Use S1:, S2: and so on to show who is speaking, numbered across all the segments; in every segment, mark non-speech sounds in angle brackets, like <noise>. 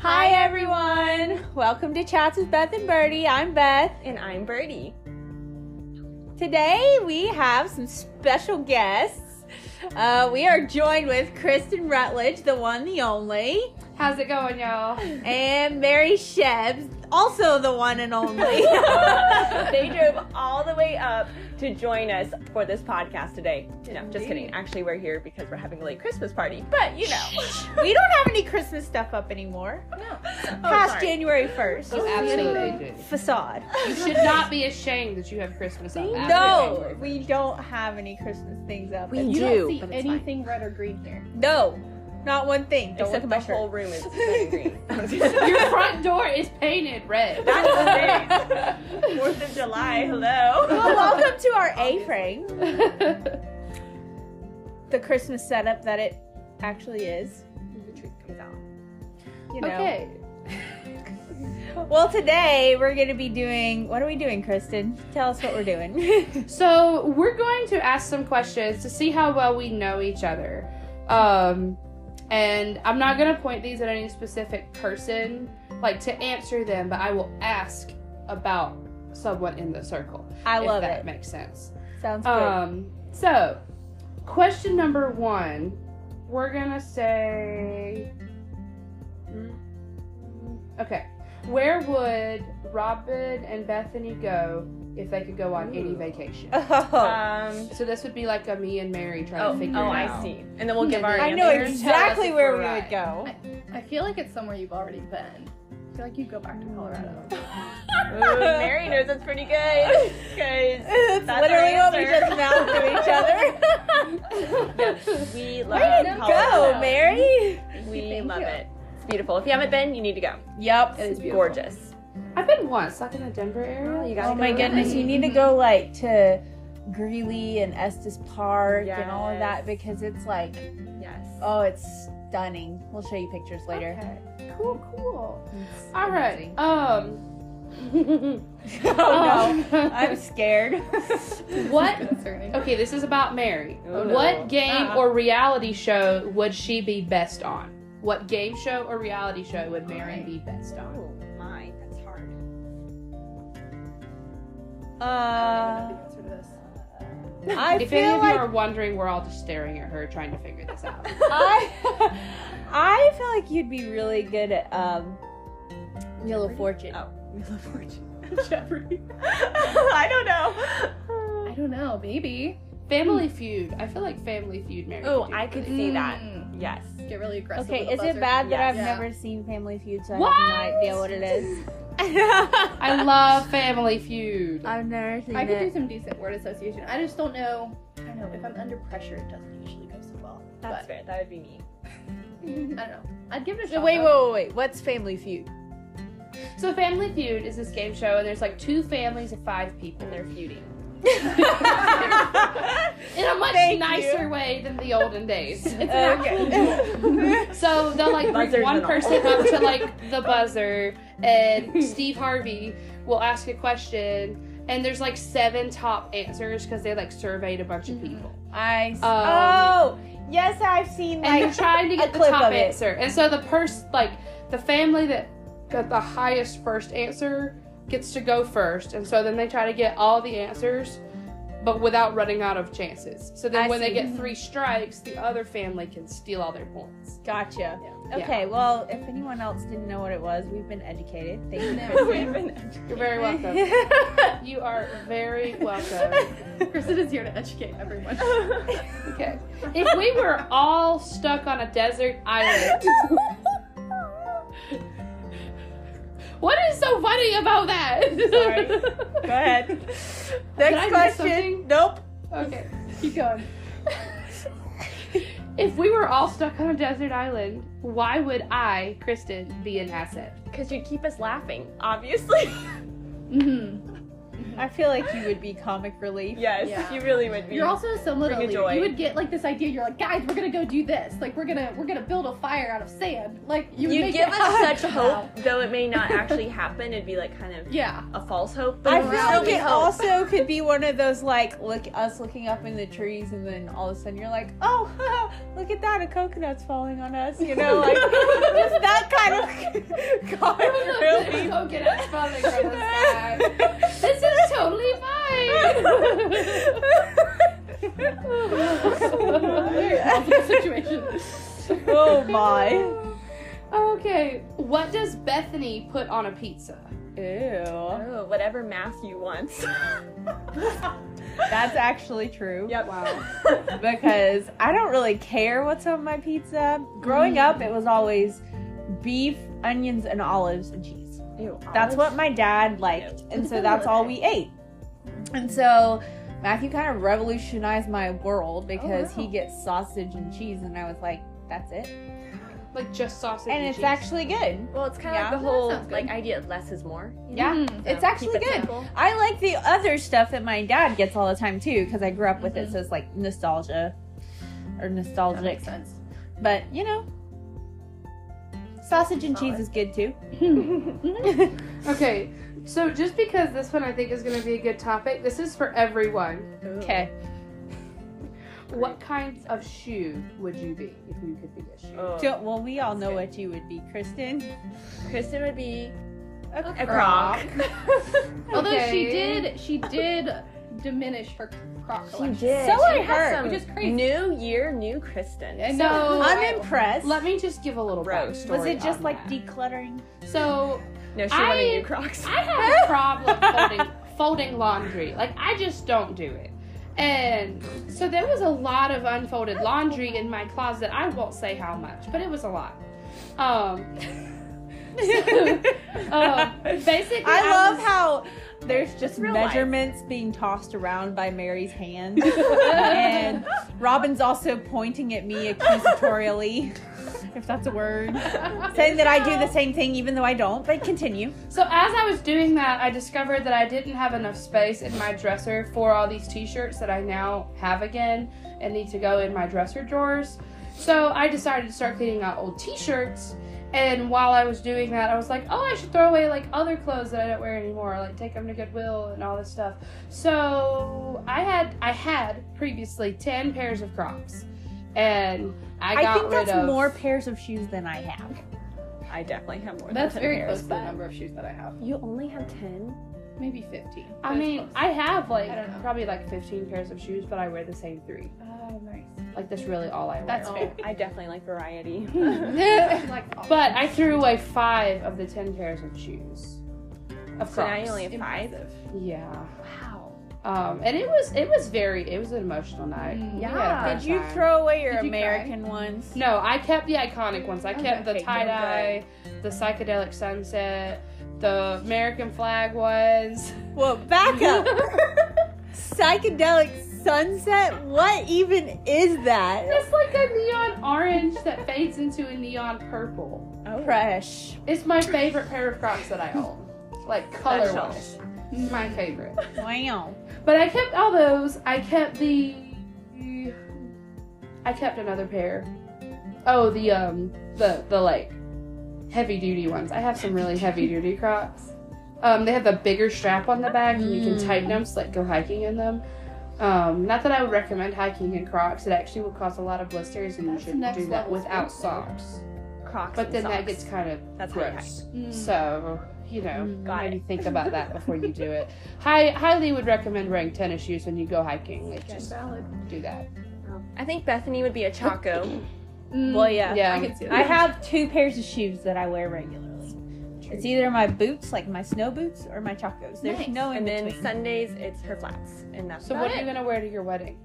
S1: Hi, everyone. Welcome to Chats with Beth and Birdie. I'm Beth.
S2: And I'm Birdie.
S1: Today we have some special guests. Uh, we are joined with Kristen Rutledge, the one, the only,
S3: How's it going,
S4: <laughs>
S3: y'all?
S1: and Mary Shebs, also the one and only.
S2: <laughs> they drove all the way up to join us for this podcast today. No, just kidding. Actually, we're here because we're having a late Christmas party. But you know,
S1: <laughs> we don't have any Christmas stuff up anymore.
S2: no. Oh,
S1: Past January 1st.
S3: You absolutely do.
S1: Facade.
S3: You should
S1: <laughs>
S3: not be ashamed that you have Christmas up. after
S1: No,
S3: January.
S1: we don't have any Christmas things up.
S2: We
S4: You
S2: do,
S4: don't see
S2: but it's fine.
S4: anything red or green there.
S1: No, not one thing. Don't
S2: Except
S1: look
S2: the
S1: at my
S2: whole
S1: shirt.
S2: room is red and green.
S1: <laughs>
S3: <laughs> Your front door is painted red.
S2: That's great.
S1: <laughs>
S2: Fourth of July. Hello.
S1: Mm. Well, welcome to our A frame.
S3: <laughs>
S1: the Christmas setup that it actually is.
S2: the truth comes out.
S1: You know.
S3: okay.
S1: Well, today we're going to be doing. What are we doing, Kristen? Tell us what we're
S3: <laughs>
S1: doing.
S3: So we're going to ask some questions to see how well we know each other. Um, and I'm not gonna point these at any specific person, like to answer them, but I will ask about someone in the circle.
S1: I
S3: if
S1: love
S3: that
S1: it.
S3: makes sense.
S1: Sounds good.
S3: Um, so, question number one, we're gonna say, mm, okay, where would Robin and Bethany go if they could go on any
S2: Ooh.
S3: vacation?
S1: <laughs> oh,
S2: Um.
S3: So this would be like a me and Mary trying
S2: Oh,
S3: to figure
S2: oh,
S3: it
S2: I
S3: out.
S2: see. And then we'll give our
S1: I know
S3: ex-
S2: answers.
S3: tell us
S1: exactly
S3: if
S1: where
S3: we're
S1: we would
S3: right.
S1: go.
S2: <laughs>
S1: <laughs>
S4: I feel like it's somewhere you've already been. I feel like you go back to Colorado.
S2: <laughs>
S1: <laughs>
S2: Ooh, Mary knows that's pretty <laughs> good. Because
S1: That's
S2: That's
S1: literally
S2: our
S1: what we
S2: answer.
S1: just mouthed to each
S2: <laughs>
S1: other.
S2: we
S1: Way
S2: love
S1: to
S2: Colorado.
S1: go, Mary.
S2: We
S4: Thank
S2: love
S4: you.
S2: it. It's beautiful. If you haven't been, you need to go.
S1: Yep.
S2: It's
S3: beautiful.
S2: gorgeous.
S3: I've been once, like in the Denver area.
S2: you
S1: Oh
S2: gotta
S1: my
S2: go.
S1: goodness, you need to go like to Greeley and Estes Park and all of that
S2: Yes.
S1: because it's like,
S2: Yes.
S1: oh, it's stunning. We'll show you pictures later.
S3: Okay. Cool, cool. All right.
S2: <laughs>
S3: Um.
S1: <laughs> oh no,
S3: <laughs> um,
S1: I'm scared.
S3: what
S4: Concerning.
S3: Okay, this is about Mary.
S2: Oh, no.
S3: What game
S1: Uh-uh.
S3: or reality show would she be best on? What game show or reality show would Mary be best on?
S2: Oh my, that's hard.
S4: I
S1: Uh,
S4: <laughs> don't even know the answer to this.
S1: I
S3: if any
S1: feel
S3: of you
S1: like
S3: are wondering, we're all just staring at her trying to figure this out.
S1: <laughs> <laughs>
S2: <laughs>
S1: I, I feel like you'd be really good at um, Wheel of Fortune.
S2: Oh, Wheel of Fortune. Jeopardy. <laughs> I don't know.
S4: I don't know. Maybe.
S3: Family Feud. I feel like Family Feud, Mary.
S2: Oh,
S3: do
S2: I could see that.
S4: Mm.
S2: Yes.
S4: Get really aggressive.
S1: Okay,
S4: with
S1: is
S4: the
S1: it
S4: buzzer.
S1: bad that
S2: Yes.
S1: I've
S4: Yeah.
S1: never seen Family Feud, so I
S3: What?
S1: have no idea what it is? I <laughs>
S3: I love Family Feud.
S1: I've never seen
S4: I could do
S1: it.
S4: some decent word association. I just don't know. I don't know. If I'm under pressure, it doesn't usually go so well.
S2: That's fair. That would be me. <laughs>
S4: I don't know. I'd give it a
S1: So
S4: shot.
S1: wait, wait,
S4: though.
S1: wait, wait. What's Family Feud?
S3: So Family Feud is this game show, and there's like two families of five people.
S2: And they're feuding.
S3: In a much
S1: Thank you.
S3: nicer way than the olden days.
S4: It's an
S1: <laughs>
S3: <laughs>
S1: Okay.
S4: actual duel.
S3: So
S1: <laughs>
S3: they'll like bring
S2: Buzzers
S3: one
S2: and all.
S3: person up to like the buzzer, and Steve Harvey will ask a question, and there's like seven top answers because they like surveyed a bunch
S1: Mm-hmm.
S3: of people,
S1: I. s-
S3: Um,
S1: oh, yes, I've seen
S3: and
S1: like
S3: they're trying to
S1: a
S3: get the
S1: clip
S3: top
S1: of it.
S3: answer. And so the person, like the family that got the highest first answer, gets to go first, and so then they try to get all the answers. But without running out of chances. So then,
S1: I
S3: when
S1: see. Mm-hmm.
S3: they get three strikes, the other family can steal all their points.
S1: Gotcha.
S3: Yeah.
S1: Okay, well, if anyone else didn't know what it was, we've been educated. Thank you.
S3: <laughs>
S1: <laughs>
S2: We've <laughs> been-
S3: You're very welcome. You are very welcome.
S4: Kristen is here to educate
S2: <laughs>
S4: everyone.
S3: Okay. If we were all stuck on a desert island, what is so funny about that?
S1: Sorry. Go ahead.
S3: I
S1: Next
S3: miss
S1: question.
S3: something?
S1: Nope.
S3: Okay.
S4: Keep going.
S3: If we were all stuck on a desert island, why would I, Kristen, be an asset?
S2: Because you'd keep us laughing, obviously. <laughs>
S4: Mm-hmm.
S1: I feel like you would be comic relief.
S2: Yes,
S4: Yeah.
S2: you really would be.
S4: You're also so little.
S2: Bring a
S4: leader.
S2: joy.
S4: You would get like this idea. You're like, guys, we're gonna go do this. Like, we're gonna we're gonna build a fire out of sand. Like, you would
S2: you
S4: make
S2: give
S4: it
S2: us such
S4: happen.
S2: hope, though it may not actually happen. It'd be like kind of
S4: Yeah.
S2: a false hope.
S1: I
S2: But
S1: feel
S4: Morality.
S1: like it
S2: hope.
S1: also could be one of those like look us looking up in the trees and then all of a sudden you're like, oh, <laughs> look look at that, a coconut's falling on us. You know, like <laughs> just that
S3: <laughs>
S1: kind <laughs> of comment really.
S3: Go get us from the grandma's back. This is totally fine.
S4: Very complicated situation.
S1: <laughs> oh my.
S3: okay, what does Bethany put on a pizza?
S1: Ew.
S2: Oh, whatever Matthew wants.
S1: <laughs> That's actually true.
S2: yep.
S3: Wow.
S2: <laughs>
S1: because I don't really care what's on my pizza. Growing up, it was always beef, onions, and olives and cheese.
S2: Ew,
S1: That's what my dad liked, and so that's all we ate. And so Matthew kind of revolutionized my world because he gets sausage and cheese, and I was like, that's it.
S3: Like just sausage and,
S1: And it's
S3: cheese.
S1: actually good.
S2: Well, it's kind of
S1: Yeah.
S2: like the whole
S4: sounds good.
S2: like idea of less is more.
S3: yeah.
S4: Mm.
S1: It's
S2: So,
S1: actually
S2: keep it
S1: good.
S2: simple.
S1: I like the other stuff that my dad gets all the time too because I grew up with it, so it's like nostalgia or
S4: That
S1: nostalgic.
S4: makes sense.
S1: But you know, sausage and cheese is good too.
S3: Okay, so just because this one I think is going to be a good topic, this is for everyone.
S1: Okay.
S3: What kinds of shoe would you be if you could be a shoe?
S2: Oh.
S1: So, well, we all know what you would be, Kristen.
S2: Kristen would be
S1: A
S2: a croc. <laughs>
S4: Although she
S3: Okay.
S4: did, she did diminish her croc collection.
S1: So
S2: She
S1: I
S2: has
S1: heard.
S2: some
S4: Which is crazy.
S2: New year, new Kristen.
S4: I
S3: So-
S4: know.
S1: I'm impressed.
S3: Let me just give a little
S2: Roast.
S3: backstory
S1: Was it just
S3: on
S1: like
S3: that.
S1: decluttering? <laughs>
S3: so?
S2: No, she
S3: I-
S2: wanted new Crocs.
S3: I
S2: <laughs>
S3: have a problem folding, folding laundry. Like I just don't do it. And so there was a lot of unfolded laundry in my closet. I won't say how much, but it was a lot. Um, <laughs> um, basically,
S1: I love
S3: was-
S1: how there's just
S2: Real life.
S1: measurements being tossed around by Mary's hands, and Robin's also pointing at me accusatorially, <laughs> if that's a word,
S3: <laughs>
S1: saying that I do the same thing even though I don't. But continue.
S3: So as I was doing that, I discovered that I didn't have enough space in my dresser for all these t-shirts that I now have again and need to go in my dresser drawers. So I decided to start cleaning out old t-shirts. And while I was doing that, I was like, "Oh, I should throw away like other clothes that I don't wear anymore, like take them to Goodwill and all this stuff." So I had I had previously ten pairs of Crocs, and I got
S1: I think
S3: rid
S1: that's
S3: of
S1: more pairs of shoes than I have.
S2: I definitely have more.
S4: That's
S2: than
S4: very
S2: 10 pairs,
S4: close to the
S2: but-
S4: number of shoes that I have.
S2: You only have ten.
S4: Maybe 15.
S3: I
S4: That's
S3: mean,
S4: close. <laughs>
S3: I have like
S4: I don't know.
S3: probably like 15 pairs of shoes, but I wear the same three.
S4: Oh, nice.
S3: Like that's really all I wear.
S4: That's fair.
S2: I definitely like variety.
S4: Like, all-
S3: But I threw away five of the 10 pairs of shoes. Of
S2: so now you
S3: Crocs.
S2: only have five.
S4: impressive.
S3: Yeah.
S4: Wow.
S3: Um, and it was it was very it was an emotional night.
S4: Mm.
S3: We had a
S2: Yeah.
S3: good
S1: Did you
S3: time.
S1: throw away your
S4: Did you cry?
S1: American ones?
S3: No, I kept the iconic ones. I kept the
S4: Okay,
S3: tie dye, the psychedelic sunset, the American flag ones. <laughs>
S1: Well, back up. Psychedelic sunset? What even is that?
S3: It's like a neon orange that fades into a neon purple.
S2: Oh,
S1: Fresh.
S3: It's my favorite pair of Crocs that I own. Like color wise. My favorite.
S1: Wow.
S3: But I kept all those. I kept the I kept another pair. Oh, the um the the like heavy duty ones. I have some really heavy duty Crocs. Um they have a bigger strap on the back and you can
S1: Mm.
S3: tighten them so like go hiking in them. Um, not that I would recommend hiking in Crocs. It actually will cause a lot of blisters, and
S4: That's
S3: you shouldn't
S4: next
S3: do that
S4: level
S3: without
S4: sportswear.
S3: socks.
S2: Crocs.
S3: But
S2: and
S3: then that
S2: socks.
S3: gets kind of
S2: That's how you
S3: gross.
S4: Mm.
S3: So, you know,
S1: Mm,
S2: got
S3: maybe
S2: it.
S3: think about that before you do it. Hi, highly would recommend wearing tennis shoes when you go hiking. Like, just
S4: Valid.
S3: do that.
S2: I think Bethany would be a Choco.
S1: Well, yeah.
S3: Yeah.
S4: Mm, I can see that.
S1: I have two pairs of shoes that I wear regularly. It's either my boots, like my snow boots, or my chacos. There's
S4: Nice.
S1: no in
S2: and then
S1: between.
S2: Sundays, it's her flats. And that's
S3: So,
S2: about
S3: what are you
S2: it.
S3: gonna wear to your wedding?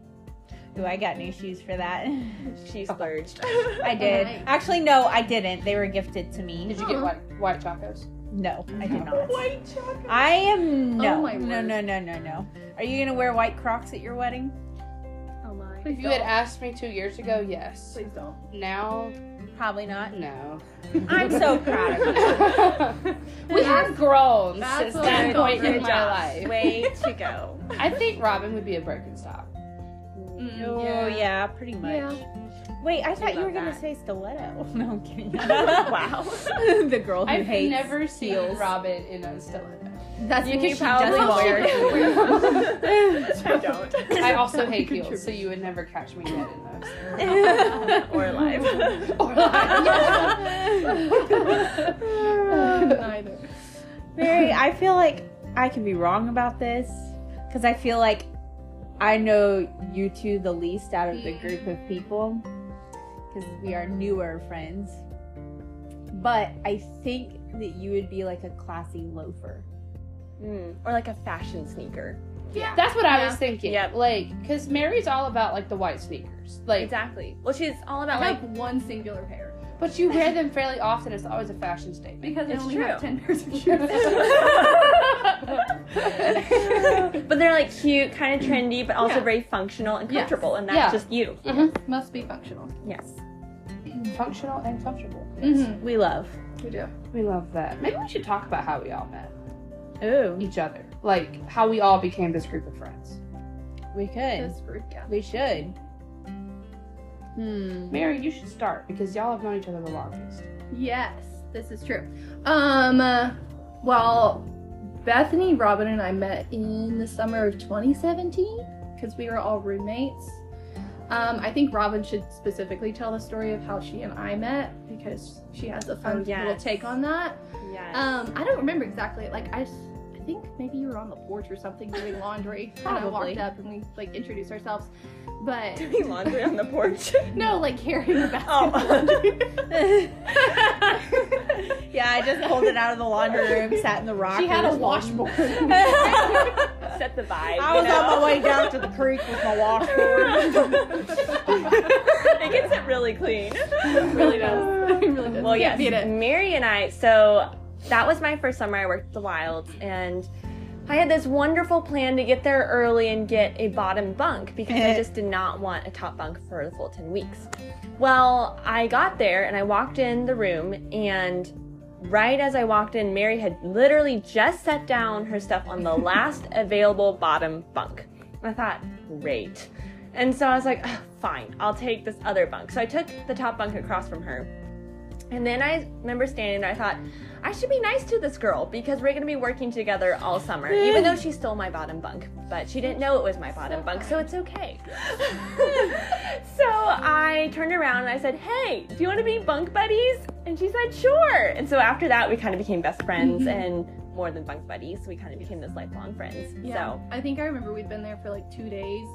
S1: Ooh, I got new shoes for that. <laughs>
S2: She splurged. <laughs>
S1: I did.
S4: Nice.
S1: Actually, no, I didn't. They were gifted to me.
S3: Did you get
S4: Aw.
S3: white white chacos?
S1: No, I did not.
S2: White Choco.
S1: I am no,
S4: Oh my
S1: no,
S4: word.
S1: no, no, no, no. Are you gonna wear white Crocs at your wedding?
S2: Oh my.
S4: Please
S3: If you had
S4: don't.
S3: asked me two years ago, yes.
S4: Please don't.
S3: Now,
S1: Probably not.
S3: no.
S1: I'm so proud of you.
S3: <laughs> we have grown
S4: That's
S3: since
S4: what
S3: that
S4: I'm
S3: point
S4: over.
S3: in my life.
S2: Way to go.
S3: I think Robin would be a Birkenstock.
S1: <laughs> Oh yeah,
S4: Yeah.
S1: pretty much.
S4: Yeah.
S1: Wait, I thought you
S2: love
S1: were gonna
S2: that.
S1: say stiletto. <laughs> No, I'm kidding.
S2: Wow.
S1: <laughs>
S2: <laughs>
S1: the girl who
S3: I've
S1: hates
S3: never seen
S1: heels.
S3: Robin in a stiletto.
S1: That's
S2: You
S1: because
S2: knew
S1: she
S2: probably
S1: doesn't
S2: what
S1: wear. <laughs>
S2: you <laughs> I don't.
S4: <laughs>
S3: I also hate heels, so you would never catch me dead in those. <laughs>
S2: <laughs> or live.
S3: Or like,
S4: Neither.
S1: Mary, I feel like I can be wrong about this because I feel like I know you two the least out of the group of people because we are newer friends. But I think that you would be like a classy loafer.
S2: Mm, or like a fashion sneaker.
S4: Yeah.
S3: That's what I
S4: Yeah.
S3: was thinking.
S2: Yep.
S3: Like, because Mary's all about like the white sneakers. Like,
S2: Exactly. Well, she's all
S4: I
S2: about like
S4: like <laughs> one singular pair
S3: but you wear them fairly often. It's always a fashion
S4: <laughs>
S3: statement.
S4: because I
S2: It's
S4: only
S2: true.
S4: have ten pairs of shoes. <laughs>
S2: <laughs> but they're like cute, kind of trendy, but also
S4: Yeah.
S2: very functional and
S4: Yes.
S2: comfortable, and that's
S3: Yeah.
S2: just you.
S4: Must be functional.
S2: Yes.
S3: Functional and comfortable.
S4: Mm-hmm.
S1: We love.
S4: We do.
S3: We love that. Maybe we should talk about how we all met
S1: Ooh,
S3: each other. Like how we all became this group of friends.
S1: we could.
S4: That's rude, yeah.
S1: We should.
S4: Mm-hmm.
S1: Hmm.
S3: Mary, you should start because y'all have known each other the longest.
S4: Yes, this is true. Um, uh, well, Bethany, Robin, and I met in the summer of 2017 because we were all roommates. Um, I think Robin should specifically tell the story of how she and I met because she has a fun
S2: Oh, yes.
S4: little take on that.
S2: Yes. <laughs>
S4: Um, I don't remember exactly. Like I, s- I think maybe you were on the porch or something doing laundry, <laughs> and I
S1: Probably.
S4: walked up and we like introduced ourselves. But
S2: <laughs> Doing laundry on the porch.
S4: no,
S2: <laughs>
S4: like carrying a basket.
S2: Oh.
S4: of laundry.
S1: yeah, I just pulled it out of the laundry room, sat in the rock.
S3: <laughs>
S4: she had a washboard.
S2: Set the vibe.
S1: I was on my way down to the creek with my <laughs> washboard.
S2: <laughs> it gets it really clean.
S4: really does. <laughs> It really does.
S2: Well,
S4: Can't
S2: yes,
S4: beat it.
S2: Mary and I. So that was my first summer I worked at the Wilds, and I had this wonderful plan to get there early and get a bottom bunk because
S4: Eh.
S2: I just did not want a top bunk for the full 10 weeks. Well, I got there and I walked in the room, and right as I walked in, Mary had literally just set down her stuff on
S4: <laughs>
S2: the last available bottom bunk. And I thought, great. And so I was like, "Ugh, fine, I'll take this other bunk. So I took the top bunk across from her. And then I remember standing there, I thought, I should be nice to this girl because we're gonna be working together all summer, even though she stole my bottom bunk. But she didn't know it was my bottom bunk, so it's okay. so I turned around and I said, Hey, do you wanna be bunk buddies? And she said, Sure. And so after that, we kind of became best friends and more than bunk buddies, we kind of became this lifelong friends.
S4: Yeah. <laughs>
S2: So
S4: I think I remember we'd been there for like two days,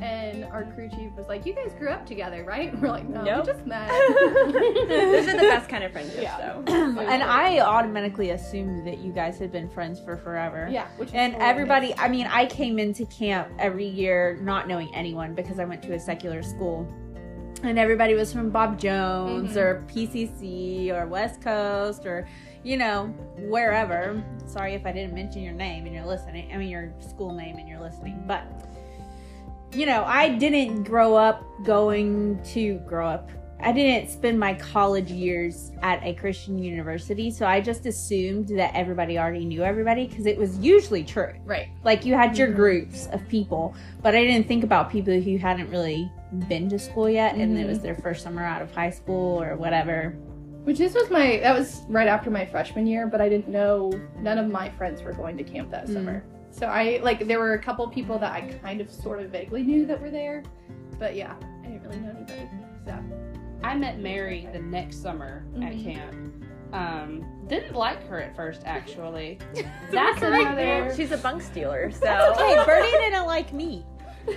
S4: and our crew chief was like, "You guys grew up together, right?" <laughs> And we're like, "No,
S2: Nope.
S4: we
S2: <laughs>
S4: just met."
S2: those are the best kind of friendships,
S4: Yeah.
S2: though.
S1: and I automatically assumed that you guys had been friends for forever.
S4: yeah, which is
S1: And
S4: hilarious.
S1: everybody, I mean, I came into camp every year not knowing anyone because I went to a secular school. And everybody was from Bob Jones
S4: Mhm.
S1: or PCC or West Coast or, you know, wherever. Sorry if I didn't mention your name and you're listening. I mean, your school name and you're listening. But, you know, I didn't grow up going to grow up. I didn't spend my college years at a Christian university, so I just assumed that everybody already knew everybody because it was usually true.
S4: right?
S1: Like you had
S5: Mm-hmm.
S1: your groups of people, but I didn't think about people who hadn't really been to school yet and it was
S5: Mm-hmm.
S1: their first summer out of high school or whatever.
S4: Which this was my that was right after my freshman year, but I didn't know none of my friends were going to camp that
S1: Mm.
S4: summer. So I like there were a couple people that I kind of sort of vaguely knew that were there, but yeah, I didn't really know anybody. So
S3: I met Mary the next summer at
S2: Mm-hmm.
S4: Mhm.
S3: camp. Um, didn't like her at first, actually.
S2: <laughs>
S3: That's another.
S2: She's a bunk stealer, so
S5: <laughs>
S1: Okay, Bernie didn't like me.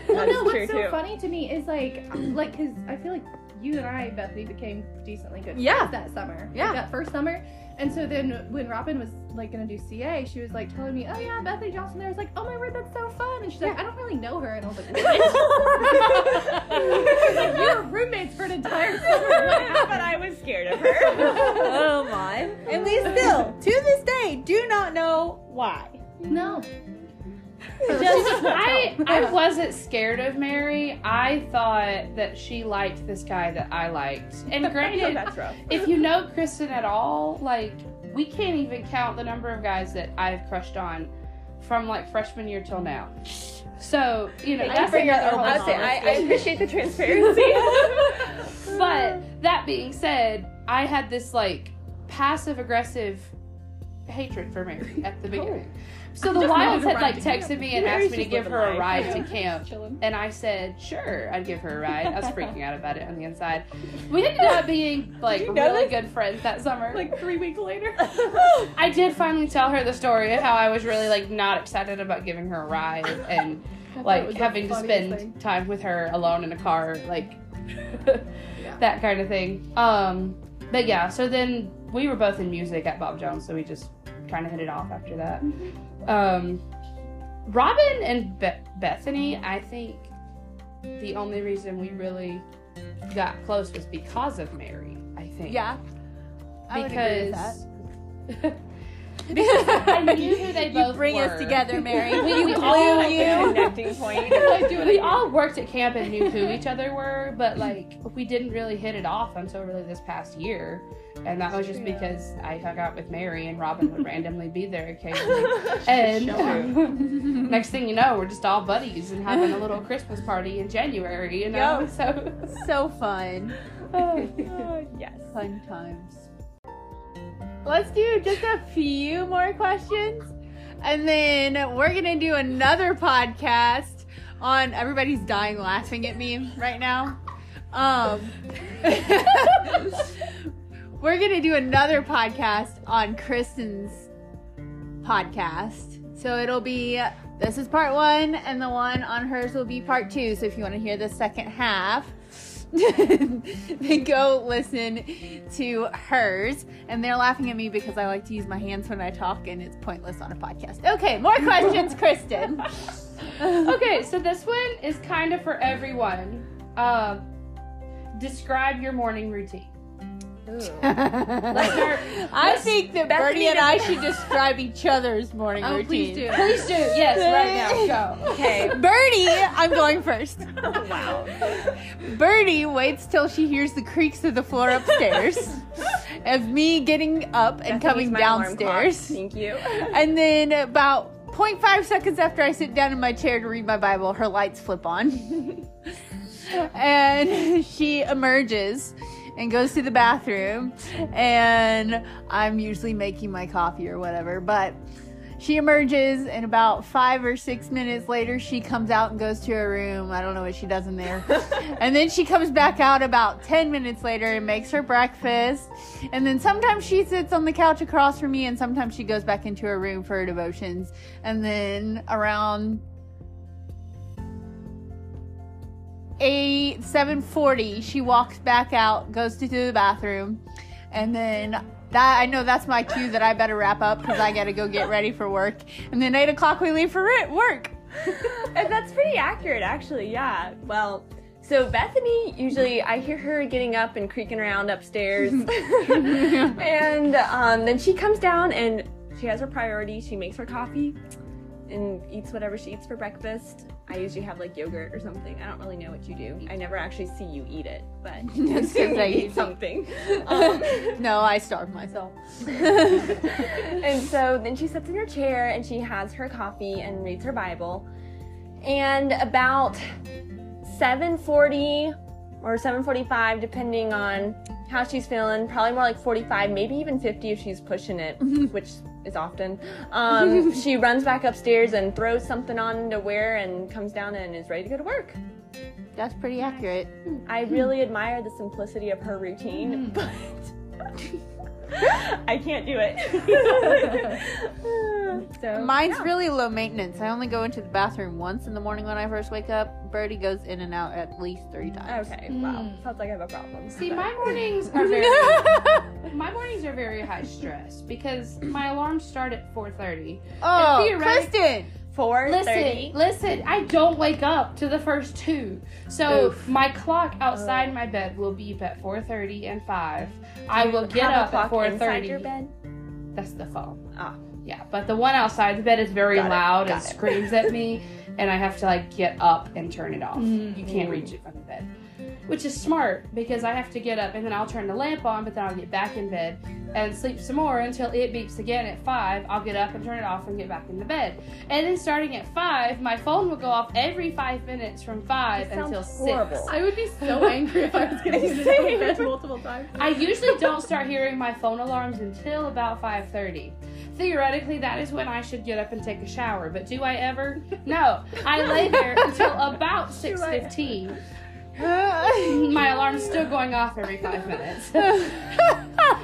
S4: well,
S2: That is
S4: no,
S2: true,
S4: what's so
S2: too.
S4: funny to me is like, <clears throat> like, cause I feel like you and I, Bethany, became decently good friends
S1: Yeah.
S4: that summer. Like,
S1: Yeah.
S4: that first summer. And so then when Robin was like gonna do CA, she was like telling me, "Oh yeah, Bethany Johnson." There I was like, "Oh my word, that's so fun!" And she's like, "I don't really know her," and I was like, "What?" <laughs> like, "You were roommates for an entire summer." <laughs> What
S2: but I was scared of her.
S1: oh my. And we
S5: <laughs>
S1: still, to this day, do not know why.
S4: No.
S3: Just, <laughs> I, I wasn't scared of Mary. I thought that she liked this guy that I liked.
S2: <laughs>
S3: And granted,
S2: that's rough.
S3: if you know Kristen at all, like we can't even count the number of guys that I've crushed on from like freshman year till now. So you know
S2: Thank you
S3: that's
S2: for your
S3: another whole
S2: I would say I, I
S3: conversation.
S2: appreciate the transparency.
S3: But that being said, I had this like passive aggressive hatred for Mary at the
S4: <laughs>
S3: beginning.
S4: I
S3: So the
S4: Oh. just wanted
S3: Wilds
S4: to
S3: had
S4: ride
S3: like
S4: to
S3: texted
S4: camp.
S3: me and
S2: Mary's
S3: asked me to
S2: just
S3: give
S2: living
S3: her a
S2: life.
S3: ride to
S4: <laughs>
S3: camp.
S4: Chilling.
S3: And I said, sure, I'd give her a ride. I was freaking out about it on the inside. We ended
S4: <laughs>
S3: up being like
S1: you know
S3: really
S1: this?
S3: good friends that summer.
S4: Like three weeks later.
S3: I did finally tell her the story of how I was really like not excited about giving her a ride and
S4: it
S3: like
S4: was the
S3: having to
S4: funniest
S3: spend
S4: thing.
S3: time with her alone in a car, like
S5: <laughs>
S3: that kind of thing. Um, but yeah, so then we were both in music at Bob Jones, so we just kind of hit it off after that.
S5: Mm-hmm.
S3: Um, Robin and Be- Bethany, I think the only reason we really got close was because of Mary. I think.
S5: Yeah. I would agree with that.
S3: because <laughs>
S5: <laughs>
S3: because I knew who they both
S5: You bring
S3: were.
S5: us together, Mary.
S3: <laughs> We,
S5: We
S3: we
S5: glue
S3: all
S5: you.
S2: Connecting point.
S3: we all worked at camp and knew who each other were, but like we didn't really hit it off until really this past year. And that was just because I hung out with Mary and Robin would randomly be there occasionally. And <laughs> next thing you know, we're just all buddies and having a little Christmas party in January, you know?
S5: Yep.
S3: So
S5: so fun.
S2: Uh, yes.
S5: Fun times. Let's do just a few more questions. And then we're going to do another podcast on everybody's dying laughing at me right now. Um <laughs> We're going to do another podcast on Kristen's podcast. So it'll be this is part 1 and the one on hers will be part 2. So if you want to hear the second half, <laughs> then go listen to hers. And they're laughing at me because I like to use my hands when I talk, and it's pointless on a podcast. Okay, more questions, Kristen.
S3: Okay, so this one is kind of for everyone. Uh, describe your morning routine. Let's start.
S5: I think that Bernie and I should describe each other's morning
S4: Oh,
S5: routine.
S4: please <laughs> do.
S3: Please do.
S5: <laughs>
S3: Yes, right now. Go.
S2: <laughs> Okay.
S5: Bernie, I'm going first. Bernie waits till she hears the creaks of the floor upstairs of me getting up and coming downstairs.
S2: Thank you.
S5: And then about 0.5 seconds after I sit down in my chair to read my Bible, her lights flip on. and she emerges and goes to the bathroom. And I'm usually making my coffee or whatever, but she emerges and about five or six minutes later she comes out and goes to her room i don't know what she does in there and then she comes back out about 10 minutes later and makes her breakfast and then sometimes she sits on the couch across from me and sometimes she goes back into her room for her devotions and then around 8 740 she walks back out goes to the bathroom and then that I know that's my cue that I better wrap up because I gotta go get ready for work. And then eight o'clock we leave for ri- work.
S2: <laughs> And that's pretty accurate, actually. Yeah. Well, so Bethany usually I hear her getting up and creaking around
S5: <laughs>
S2: upstairs, <laughs> and um, then she comes down and she has her priority. She makes her coffee and eats whatever she eats for breakfast. I usually have like yogurt or something. I don't really know what you do. I never actually see you eat it, but I
S5: <laughs> That's
S2: assume
S5: 'cause
S2: <laughs>
S5: I
S2: you eat
S5: eat something.
S2: something.
S5: <laughs>
S2: Um,
S5: No, I starve myself.
S2: <laughs> and so then she sits in her chair and she has her coffee and reads her Bible. And about 7:40 or 7:45 depending on how she's feeling, probably more like 45, maybe even 50 if she's pushing it, which is often. Um, she runs back upstairs and throws something on to wear and comes down and is ready to go to work.
S5: That's pretty accurate.
S2: I really admire the simplicity of her routine, but
S3: Mm-hmm.
S2: <laughs> I can't do
S3: <laughs>
S2: it. so
S5: Mine's really low maintenance. I only go into the bathroom once in the morning when I first wake up. Birdie goes in and out at least three times.
S2: okay, wow, sounds like I have a problem.
S3: Mm. See, my mornings are very my mornings are very high stress because my alarms start at 4:30.
S5: <laughs> oh,
S3: And theoretic-
S5: Kristen!
S2: Four
S3: Listen, listen, I don't wake up to the first two. So my clock outside
S2: Oh.
S3: my bed will beep at 4:30 and 5. I will get
S2: have a
S3: up at
S2: clock inside
S3: 4:30. <laughs>
S2: your bed. <laughs>
S3: That's the phone.
S2: Ah.
S3: Yeah, but the one outside the bed is very
S2: Got it,
S3: loud and
S2: got it.
S3: screams at me,
S2: <laughs>
S3: and I have to like get up and turn it off.
S2: Mm-hmm.
S3: You can't reach it from the bed, which is smart because I have to get up and then I'll turn the lamp on, but then I'll get back in bed and sleep some more until it beeps again at five. I'll get up and turn it off and get back into bed, and then starting at five, my phone will go off every five minutes from five
S2: That sounds
S3: until
S2: horrible.
S3: six.
S4: I would be so angry if I was getting
S2: <laughs>
S4: to the bed multiple times.
S3: I usually don't start hearing my phone alarms until about 5:30. theoretically, that is when I should get up and take a shower. But do I ever? No. I lay there until
S5: <laughs>
S3: about 6.15. My alarm's still going off every five minutes. <laughs> and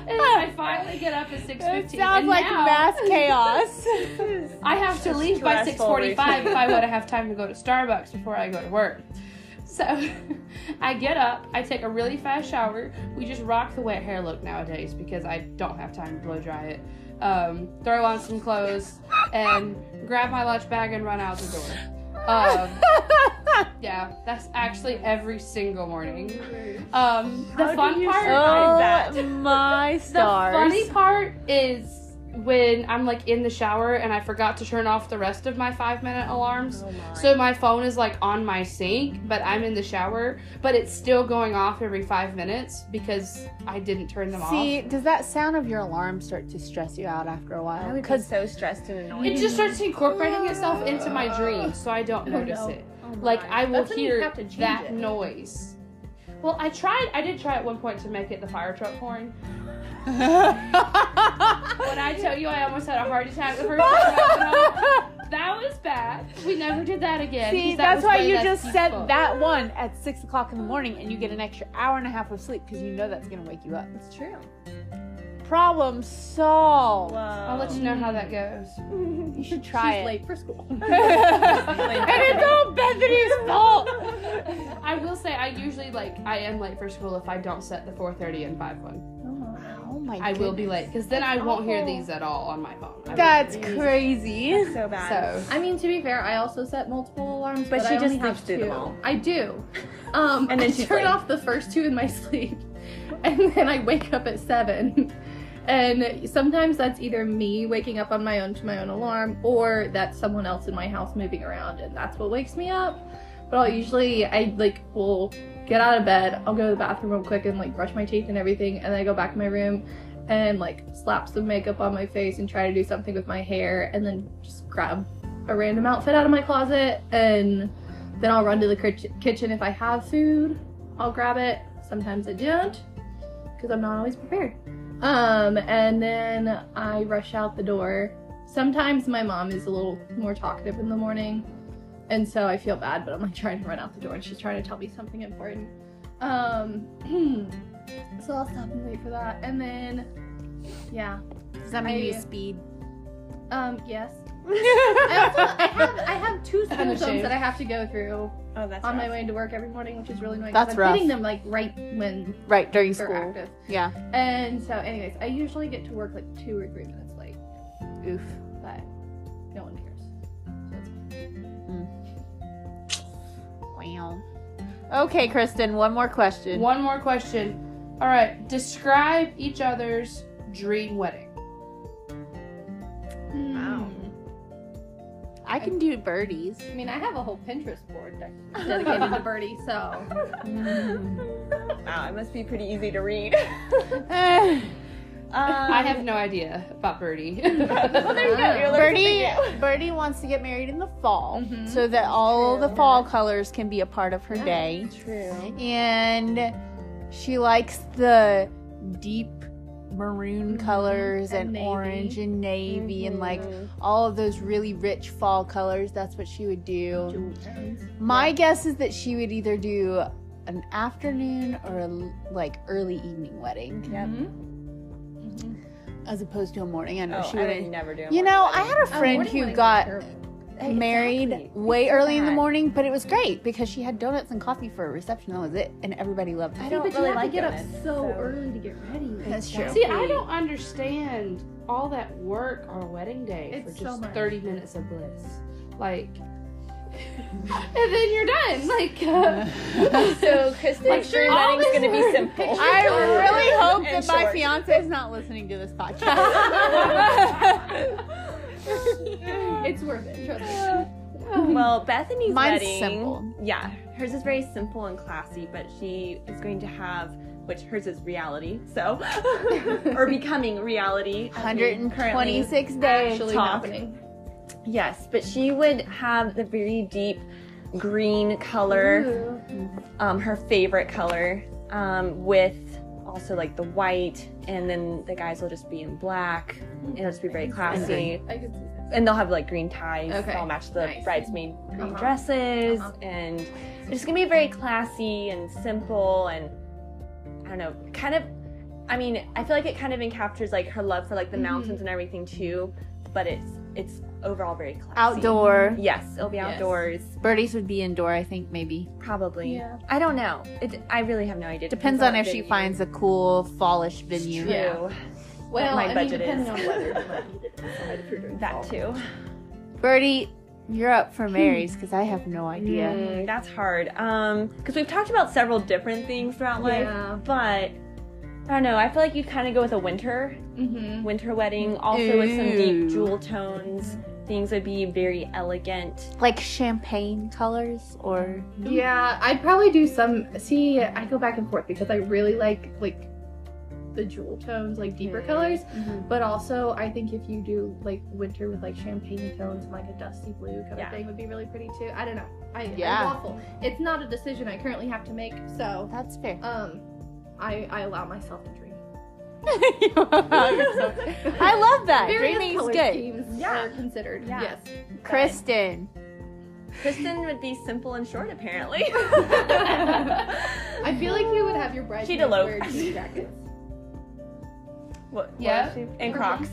S3: I finally get up at 6.15.
S5: It <laughs> sounds
S3: and
S5: like
S3: now
S5: mass chaos.
S3: I have to leave by
S2: stressful
S3: 6.45 if I want to have time to go to Starbucks before I go to work. So <laughs> I get up, I take a really fast shower. We just rock the wet hair look nowadays because I don't have time to blow dry it. Um, throw on some clothes and grab my lunch bag and run out the door. Um, yeah, that's actually every single morning. Um, the fun part.
S5: oh <laughs> my
S3: The
S5: stars!
S3: funny part is when I'm like in the shower and I forgot to turn off the rest of my five minute alarms.
S4: Oh
S3: So my phone is like on my sink, but I'm in the shower, but it's still going off every five minutes because I didn't turn them
S5: See,
S3: off.
S5: does that sound of your alarm start to stress you out after a while?
S2: Because so stressed and annoyed.
S3: It just starts incorporating itself into my dreams, so I don't notice it. Like I will
S4: Oh That's when you
S3: hear
S4: have to change
S3: that
S4: it.
S3: noise. Well, I tried. I did try at one point to make it the fire truck horn. When I tell you, I almost had a heart attack the first time. I went on. That was bad. We never did that again.
S5: See,
S3: 'cause that
S5: that's
S3: was
S5: why
S3: way
S5: you
S3: less
S5: just said
S3: peaceful.
S5: that one at six o'clock in the morning, and you get an extra hour and a half of sleep because you know that's going to wake you up.
S4: It's true.
S5: Problem solved.
S3: I'll let you know how that goes.
S5: You should try
S4: She's
S5: it.
S4: late for school.
S5: <laughs>
S4: Oh,
S5: and <laughs> it's all Bethany's fault.
S3: I will say I usually like I am late for school if I don't set the 4:30 and 5 one.
S5: Oh my!
S3: I will be
S5: goodness.
S3: late because then I won't hear these at all on my phone. I
S5: That's crazy.
S2: so
S3: will-
S2: bad.
S3: so.
S4: I mean, to be fair, I also set multiple alarms,
S2: But
S4: but,
S2: she
S4: I
S2: just
S4: only have
S2: sleeps through
S4: two.
S2: them all.
S4: I do.
S2: And
S4: Um, and
S2: then
S4: then I
S2: she's
S4: turn
S2: late.
S4: off the first two in my <laughs> sleep, and then I wake up at seven. And sometimes that's either me waking up on my own to my own alarm, or that's someone else in my house moving around, and that's what wakes me up. But I'll usually I like will get out of bed, I'll go to the bathroom real quick and like brush my teeth and everything, and then I go back in my room and like slap some makeup on my face and try to do something with my hair, and then just grab a random outfit out of my closet, and then I'll run to the kitch- kitchen if I have food. I'll grab it. Sometimes I don't, because I'm not always prepared. Um, and then I rush out the door. Sometimes my mom is a little more talkative in the morning, and so I feel bad, but I'm like trying to run out the door, and she's trying to tell me something important. Um, <clears throat> so I'll stop and wait for that, and then, yeah,
S5: Does that mean you
S4: I-
S5: speed?
S4: um, yes. I also I have I have two school zones
S3: Unashamed.
S4: that I have to go through
S2: Oh, that's
S4: on my
S2: rough.
S4: way to work every morning, which is really annoying. 'cause
S5: That's
S4: I'm
S5: rough.
S4: hitting them like right when
S5: Right during
S4: they're
S5: school.
S4: active.
S5: Yeah.
S4: And so, anyways, I usually get to work like two or three minutes late,
S5: Oof.
S4: but no one cares. So it's fine.
S5: Wow. Okay, Kristen. One more question.
S3: One more question. All right, describe each other's dream wedding.
S2: Wow.
S5: I can do birdies. <laughs>
S4: I mean, I have a whole Pinterest board dec- dedicated to Birdie, so
S2: <laughs> Wow, it must be pretty easy to read. <laughs>
S5: Uh,
S2: Um,
S3: I have no idea about <laughs> Birdie.
S2: Well, there you go.
S3: Uh-huh.
S2: You're
S5: Birdie,
S2: learning something
S5: Birdie wants to get married in the fall
S4: Mhm.
S5: so that all
S2: True.
S5: the fall colors can be a part of her
S4: Yeah.
S5: day.
S2: new. True.
S5: And she likes the deep maroon colors
S4: and
S5: and,
S4: navy.
S5: orange and navy and like
S2: Mm-hmm.
S5: all of those really rich fall colors. That's what she would do. My guess is that she would either do an afternoon or a, l- like early evening wedding
S2: Yep.
S5: as opposed to a morning. I know
S2: Oh,
S5: she
S2: I would
S5: wouldn't.
S2: never do. a
S5: You know, I
S2: morning
S5: had a
S4: Uh,
S5: friend who got married way early in the
S2: that.
S5: morning, but it was great because she had donuts and coffee for a reception. That was it, and everybody loved it.
S2: I
S4: I don't
S2: don't
S4: but
S2: really
S4: you have
S2: like
S4: to get up
S2: donuts,
S4: so,
S2: so-
S4: early to get ready.
S5: That's true.
S3: See, I don't understand all that work on a wedding day
S4: It's
S3: for
S4: so
S3: just
S4: much.
S3: 30 minutes of bliss. Like, and then you're done.
S4: <laughs>
S3: Like, uh,
S2: wedding. So Kristen's <laughs>
S3: Like, sure,
S2: dream
S3: all
S2: wedding's
S3: this
S2: gonna be
S3: work.
S2: simple.
S5: I really hope
S2: And
S5: that my
S2: short.
S5: fiance is not listening to this podcast.
S4: It's worth it. Trust me.
S2: <laughs>
S5: <laughs>
S2: Well, Bethany's
S5: Mine's
S2: wedding.
S5: simple.
S2: Yeah, hers is very simple and classy, but she is going to have, which hers is reality,
S5: <laughs>
S2: so
S4: <laughs>
S2: or becoming reality. as we currently
S5: 126 days.
S4: Actually
S2: Talk.
S4: happening.
S2: Yes, but she would have the very deep green color, um, her favorite color, um, with also like the white, and then the guys will just be in black, and it'll just be very classy.
S4: I could see that.
S2: And they'll have like green ties.
S4: Okay,
S2: They'll match the
S4: nice.
S2: bridesmaid green
S4: Uh-huh.
S2: dresses,
S4: Uh-huh.
S2: and it's just gonna be very classy and simple, and I don't know, kind of. I mean, I feel like it kind of encaptures like her love for like the
S4: Mm-hmm.
S2: mountains and everything too, but it's it's overall very classy.
S5: Outdoor.
S2: Yes, it'll be
S4: Yes.
S2: outdoors.
S5: Birdies would be indoor, I think, maybe.
S2: Probably.
S4: Yeah.
S2: I don't know. It, I really have no idea.
S5: Depends on
S2: what
S5: if she
S2: venue.
S5: finds a cool fallish venue.
S2: True.
S4: Yeah. Well,
S2: my
S4: I mean,
S2: budget
S4: depending
S2: is.
S4: on weather, you might need it outside if you're doing
S2: That
S4: fall.
S2: too.
S5: Birdie, you're up for Mary's because I have no idea.
S2: Mm, that's hard. Um, because we've talked about several different things throughout life,
S4: <laughs> Yeah.
S2: but I don't know. I feel like you kind of go with a winter
S4: Mm-hmm.
S2: winter wedding, also with some
S5: Ooh.
S2: deep jewel tones. Things would be very elegant.
S5: Like champagne colors or
S4: Yeah, I'd probably do some. See, I go back and forth because I really like like the jewel tones, like deeper colors. But also, I think if you do like winter with like champagne tones and like a dusty blue kind
S2: Yeah.
S4: of thing would be really pretty too. I don't know. I
S5: Yeah.
S4: yeah. waffle. It's not a decision I currently have to make, so
S5: that's
S4: <laughs>
S5: fair.
S4: um, I I allow myself to dream.
S5: I love that.
S4: Various
S5: Dreaming's
S4: color
S5: good.
S4: schemes
S2: Yeah.
S4: are considered.
S2: Yeah.
S4: Yes.
S5: Kristen.
S2: Kristen would be simple and short, apparently.
S4: I feel like you would have your bridesmaids
S2: elope.
S4: wear jean jackets.
S2: What- what
S3: Yeah.
S2: is she- And Crocs.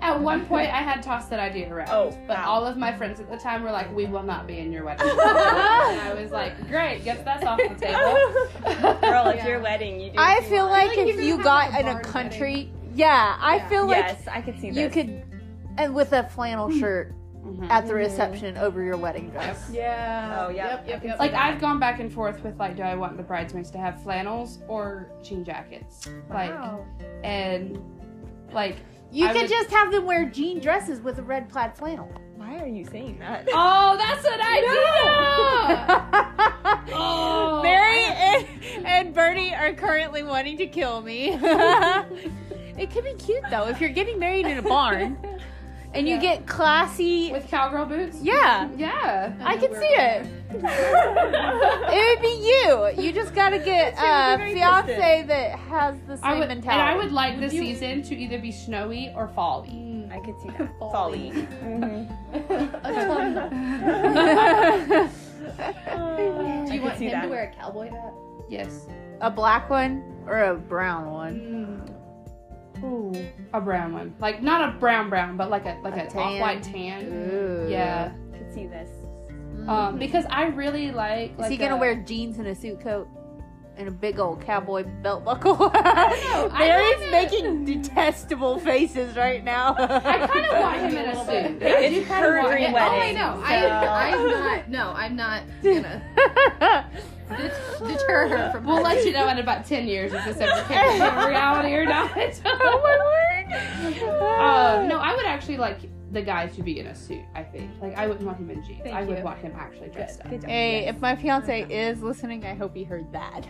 S3: At one point, I had tossed that idea around,
S2: Oh,
S3: but
S2: wow.
S3: all of my friends at the time were like, "We will not be in your wedding." and I was like, "Great, guess that's off the table."
S2: <laughs>
S3: <laughs>
S2: Girl, it's
S4: Yeah.
S2: your wedding. You do.
S5: I
S2: what you
S5: feel
S2: want.
S5: like,
S4: like you
S5: if
S4: could
S5: you
S4: have
S5: got
S4: a
S5: in a
S4: barn
S5: country, yeah, I
S4: Yeah.
S5: feel like
S2: yes, I could see this.
S5: you could, and with a flannel shirt
S3: Mhm.
S5: at the reception over your wedding dress.
S4: <laughs> Yeah.
S2: Oh, yeah.
S4: Yep. Yep. Yep.
S3: Like I've gone back and forth with like, do I want the bridesmaids to have flannels or jean jackets?
S4: Wow.
S3: Like and like
S5: You
S3: I
S5: could
S3: would-
S5: just have them wear jean dresses with a red plaid <laughs> flannel.
S2: Why are you saying that? <laughs>
S3: Oh, that's an
S5: <laughs>
S3: idea! oh
S5: Mary and, and Bernie are currently wanting to kill me. <laughs> it could be cute though if you're getting married in a barn and you get classy.
S3: with cowgirl boots?
S5: yeah,
S3: Yeah.
S5: I can see it. It would be you. You just gotta get
S2: That
S5: a
S2: seems very
S5: fiance
S2: distant.
S5: that has the same
S3: I would, and
S5: mentality.
S3: I would like the season to either be snowy or fally.
S4: Mm.
S2: I could see that.
S4: Folly.
S2: Folly.
S4: <laughs>
S3: <laughs>
S4: Do
S5: <laughs>
S2: I
S4: you
S2: could
S4: want
S2: see
S4: him
S2: that.
S4: to wear a cowboy hat?
S3: Yes.
S5: a black one or a brown one.
S3: Ooh. A brown one. Like not a brown brown, but like a like
S5: A
S3: a
S5: tan.
S3: off white tan.
S5: Ooh.
S3: Yeah.
S2: <laughs> I could see this.
S5: Mm-hmm.
S3: Um, because I really like
S5: Is
S3: like
S5: he gonna
S3: a-
S5: wear jeans and a suit coat and a big old cowboy belt buckle?
S3: <laughs>
S5: <laughs>
S3: I
S5: Mary's
S3: kinda-
S5: making detestable faces right now.
S3: <laughs> I kind of want him in a suit. I do
S2: It's
S3: kinda
S2: her
S3: want-
S2: dream
S3: Oh,
S4: Oh, I
S2: wedding.
S4: know.
S2: so-
S4: I, I'm not. No, I'm not <laughs>
S5: <laughs>
S4: gonna det- deter her from.
S3: We'll let you know in about 10 years if this ever came to reality or not. <laughs> um, no, I would actually like the guy to be in a suit, I think. Like, I wouldn't want him in jeans. I would want him actually dressed up.
S2: Good job.
S5: <laughs> Hey, if my fiance is listening, I hope he heard
S3: <laughs>
S5: that. <laughs>
S4: I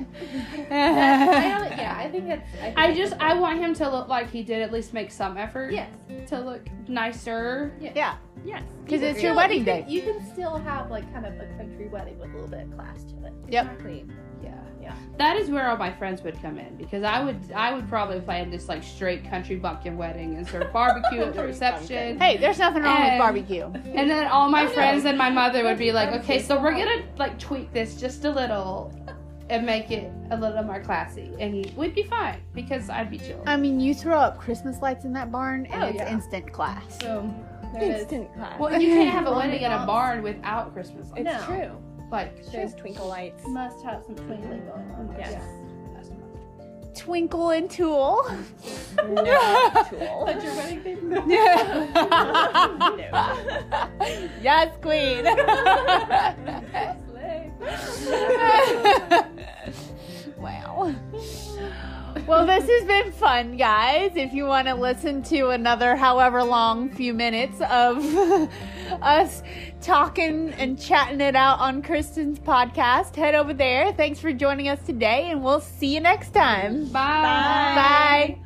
S4: don't, yeah, I think that's. I, think
S3: I
S4: that's
S3: just, I want him to look like he did at least make some effort
S4: Yes.
S3: to look nicer.
S5: yeah,
S2: Yes.
S5: because
S4: You
S5: it's
S4: can
S5: your
S4: still-
S5: wedding
S4: you
S5: day.
S4: Can, you can still have like kind of a country wedding with a little bit of class to it.
S5: Yep.
S2: Exactly.
S4: Yeah. Yeah.
S3: That is where all my friends would come in because I would, I would probably plan this like straight country bumpkin wedding and serve barbecue at the reception.
S5: Hey, there's nothing wrong with
S3: And-
S5: barbecue.
S3: And then all my friends and my mother would be like, okay, so we're gonna like tweak this just a little and make it a little more classy. And we'd be fine because I'd be chill.
S5: I mean, you throw up Christmas lights in that barn, and
S4: Oh,
S5: it's
S4: yeah.
S5: instant class.
S4: So there it is.
S2: Instant class.
S3: Well, you can't have a
S4: Well,
S3: wedding in a
S4: because-
S3: barn without Christmas lights.
S4: No.
S2: true.
S3: Like,
S2: There's twinkle lights.
S4: Must have some twinkling going on.
S2: Yes.
S5: Twinkle and <laughs> Tool.
S2: No tool.
S4: But your wedding thing.
S5: <laughs> yes, queen. wow. Well, this has been fun, guys. If you want to listen to another however long few minutes of <laughs> us talking and chatting it out on Kristen's podcast, head over there. Thanks for joining us today, and we'll see you next time.
S3: Bye.
S5: Bye.